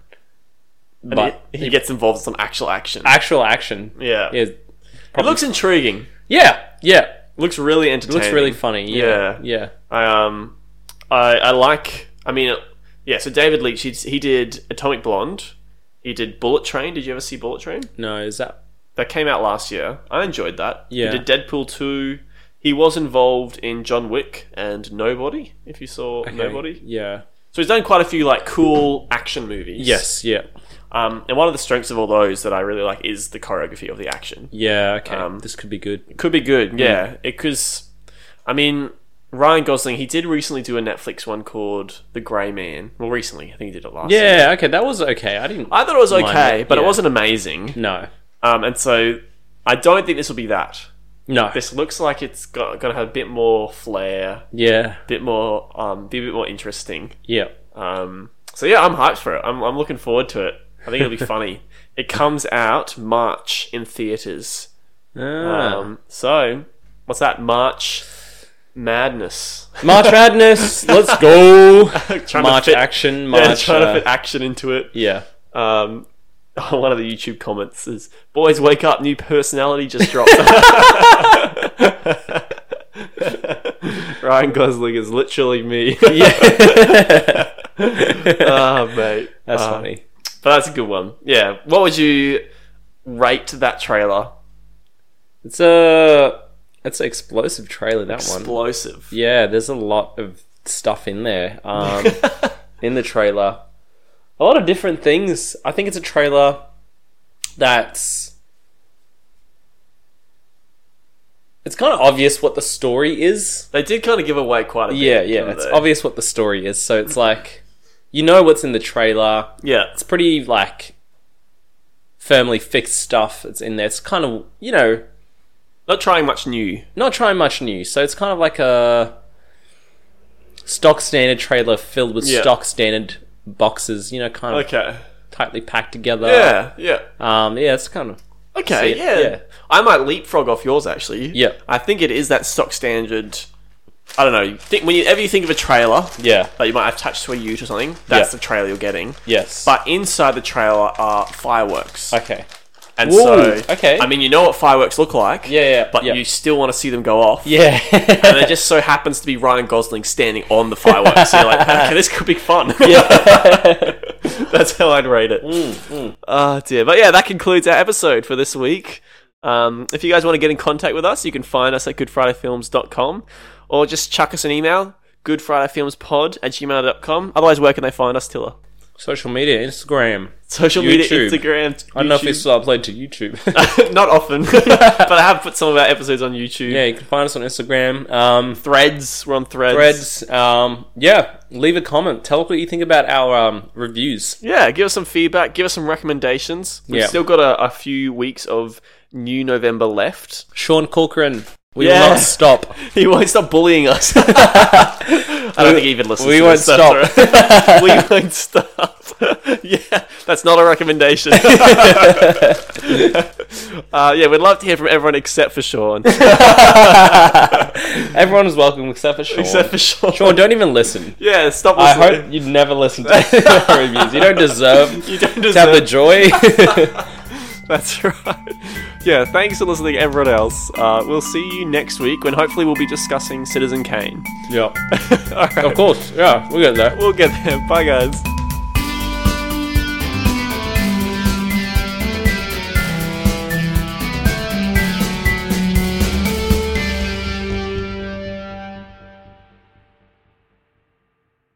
Speaker 1: And
Speaker 2: but
Speaker 1: he, he gets involved in some actual action.
Speaker 2: actual action.
Speaker 1: yeah.
Speaker 2: Yeah.
Speaker 1: it looks intriguing.
Speaker 2: Yeah. Yeah.
Speaker 1: Looks really entertaining.
Speaker 2: Looks really funny. Yeah.
Speaker 1: Yeah.
Speaker 2: Yeah.
Speaker 1: I um, I I like. I mean, it- yeah. So David Leitch, he, he did Atomic Blonde. He did Bullet Train. Did you ever see Bullet Train?
Speaker 2: No, is that
Speaker 1: that came out last year. I enjoyed that.
Speaker 2: Yeah.
Speaker 1: He did Deadpool 2. He was involved in John Wick and Nobody, if you saw Nobody.
Speaker 2: Yeah.
Speaker 1: So he's done quite a few like cool action movies.
Speaker 2: Yes. Yeah.
Speaker 1: Um, and one of the strengths of all those that I really like is the choreography of the action.
Speaker 2: Yeah. Okay.
Speaker 1: Um,
Speaker 2: this could be good.
Speaker 1: Could be
Speaker 2: Mm.
Speaker 1: good, yeah. It cause I mean Ryan Gosling, he did recently do a Netflix one called The Grey Man. Well recently, I think he did it last year.
Speaker 2: Yeah. Okay. That was okay. I didn't.
Speaker 1: I thought it was
Speaker 2: Mine,
Speaker 1: okay, but
Speaker 2: yeah.
Speaker 1: it wasn't amazing.
Speaker 2: no.
Speaker 1: Um, and so I don't think this will be that.
Speaker 2: No.
Speaker 1: this looks like it's got, gonna have a bit more flair,
Speaker 2: yeah.
Speaker 1: bit more, um, be a bit more interesting.
Speaker 2: Yeah.
Speaker 1: Um, so yeah, I'm hyped for it. I'm, I'm looking forward to it. I think it'll be funny. It comes out March in theaters.
Speaker 2: Ah.
Speaker 1: Um, so what's that? March madness.
Speaker 2: March Madness. let's go.
Speaker 1: Trying to
Speaker 2: March
Speaker 1: fit-
Speaker 2: action.
Speaker 1: Yeah,
Speaker 2: March.
Speaker 1: trying
Speaker 2: uh,
Speaker 1: to fit action into it.
Speaker 2: yeah.
Speaker 1: Um, one of the YouTube comments is, "Boys, wake up! New personality just dropped." Ryan Gosling is literally me.
Speaker 2: Yeah.
Speaker 1: oh, mate.
Speaker 2: That's
Speaker 1: Uh,
Speaker 2: funny.
Speaker 1: But that's a good one. Yeah. What would you rate that trailer?
Speaker 2: It's a it's an explosive trailer that one.
Speaker 1: Explosive.
Speaker 2: Yeah, there's a lot of stuff in there. Um, in the trailer, a lot of different things. I think it's a trailer that's it's kind of obvious what the story is.
Speaker 1: They did kind of give away quite a bit.
Speaker 2: Yeah, yeah,
Speaker 1: didn't
Speaker 2: it's
Speaker 1: they?
Speaker 2: obvious what the story is. So it's like you know what's in the trailer.
Speaker 1: Yeah.
Speaker 2: It's pretty like firmly fixed stuff. It's in there. It's kind of you know
Speaker 1: Not trying much new.
Speaker 2: not trying much new. So it's kind of like a stock standard trailer filled with
Speaker 1: Yeah.
Speaker 2: stock standard boxes, you know, kind of
Speaker 1: Okay.
Speaker 2: tightly packed together.
Speaker 1: Yeah. Yeah.
Speaker 2: Um, yeah, it's kind of
Speaker 1: Okay.
Speaker 2: Uh, See,
Speaker 1: yeah.
Speaker 2: yeah.
Speaker 1: I might leapfrog off yours actually.
Speaker 2: Yeah.
Speaker 1: I think it is that stock standard. I don't know. you Think whenever you think of a trailer
Speaker 2: yeah,
Speaker 1: that you might have attached to a ute or something, that's the
Speaker 2: Yeah.
Speaker 1: trailer you're getting.
Speaker 2: yes.
Speaker 1: But inside the trailer are fireworks.
Speaker 2: okay,
Speaker 1: And
Speaker 2: Whoa,
Speaker 1: so,
Speaker 2: okay.
Speaker 1: I mean, you know what fireworks look like.
Speaker 2: Yeah, yeah,
Speaker 1: But
Speaker 2: yeah.
Speaker 1: you still want to see them go off.
Speaker 2: yeah,
Speaker 1: And it just so happens to be Ryan Gosling standing on the fireworks. So you're like, okay, this could be fun. That's how I'd rate it.
Speaker 2: Mm,
Speaker 1: Oh, dear. But yeah, that concludes our episode for this week. Um, if you guys want to get in contact with us, you can find us at goodfridayfilms.com or just chuck us an email, goodfridayfilmspod at gmail.com. Otherwise, where can they find us, Tiller?
Speaker 2: Social media, Instagram.
Speaker 1: Social media,
Speaker 2: YouTube.
Speaker 1: Instagram.
Speaker 2: I don't know if
Speaker 1: YouTube.
Speaker 2: it's still uploaded to YouTube.
Speaker 1: not often, but I have put some of our episodes on YouTube.
Speaker 2: yeah, you can find us on Instagram. Um,
Speaker 1: Threads, we're on Threads.
Speaker 2: threads. Um, yeah, leave a comment. Tell us what you think about our um, reviews.
Speaker 1: Yeah, give us some feedback, give us some recommendations. We've
Speaker 2: Yeah.
Speaker 1: still got a, a few weeks of new November left.
Speaker 2: Sean Corcoran, we
Speaker 1: Yeah.
Speaker 2: will not stop.
Speaker 1: He won't stop bullying us. I don't think he even listens.
Speaker 2: we
Speaker 1: to
Speaker 2: won't
Speaker 1: this, that's all right. we won't stop. yeah, that's not a recommendation. uh, yeah, we'd love to hear from everyone except for Sean.
Speaker 2: Everyone is welcome except for Sean.
Speaker 1: except for Sean.
Speaker 2: Sean, don't even listen.
Speaker 1: Yeah, stop
Speaker 2: I
Speaker 1: listening.
Speaker 2: hope you never listen to our reviews. You don't deserve
Speaker 1: you don't
Speaker 2: to have the
Speaker 1: deserve.
Speaker 2: joy.
Speaker 1: That's right. Yeah, thanks for listening, everyone else. Uh, we'll see you next week when hopefully we'll be discussing Citizen Kane.
Speaker 2: yeah,
Speaker 1: All right,
Speaker 2: of course. Yeah, we got there.
Speaker 1: we'll get there. Bye, guys.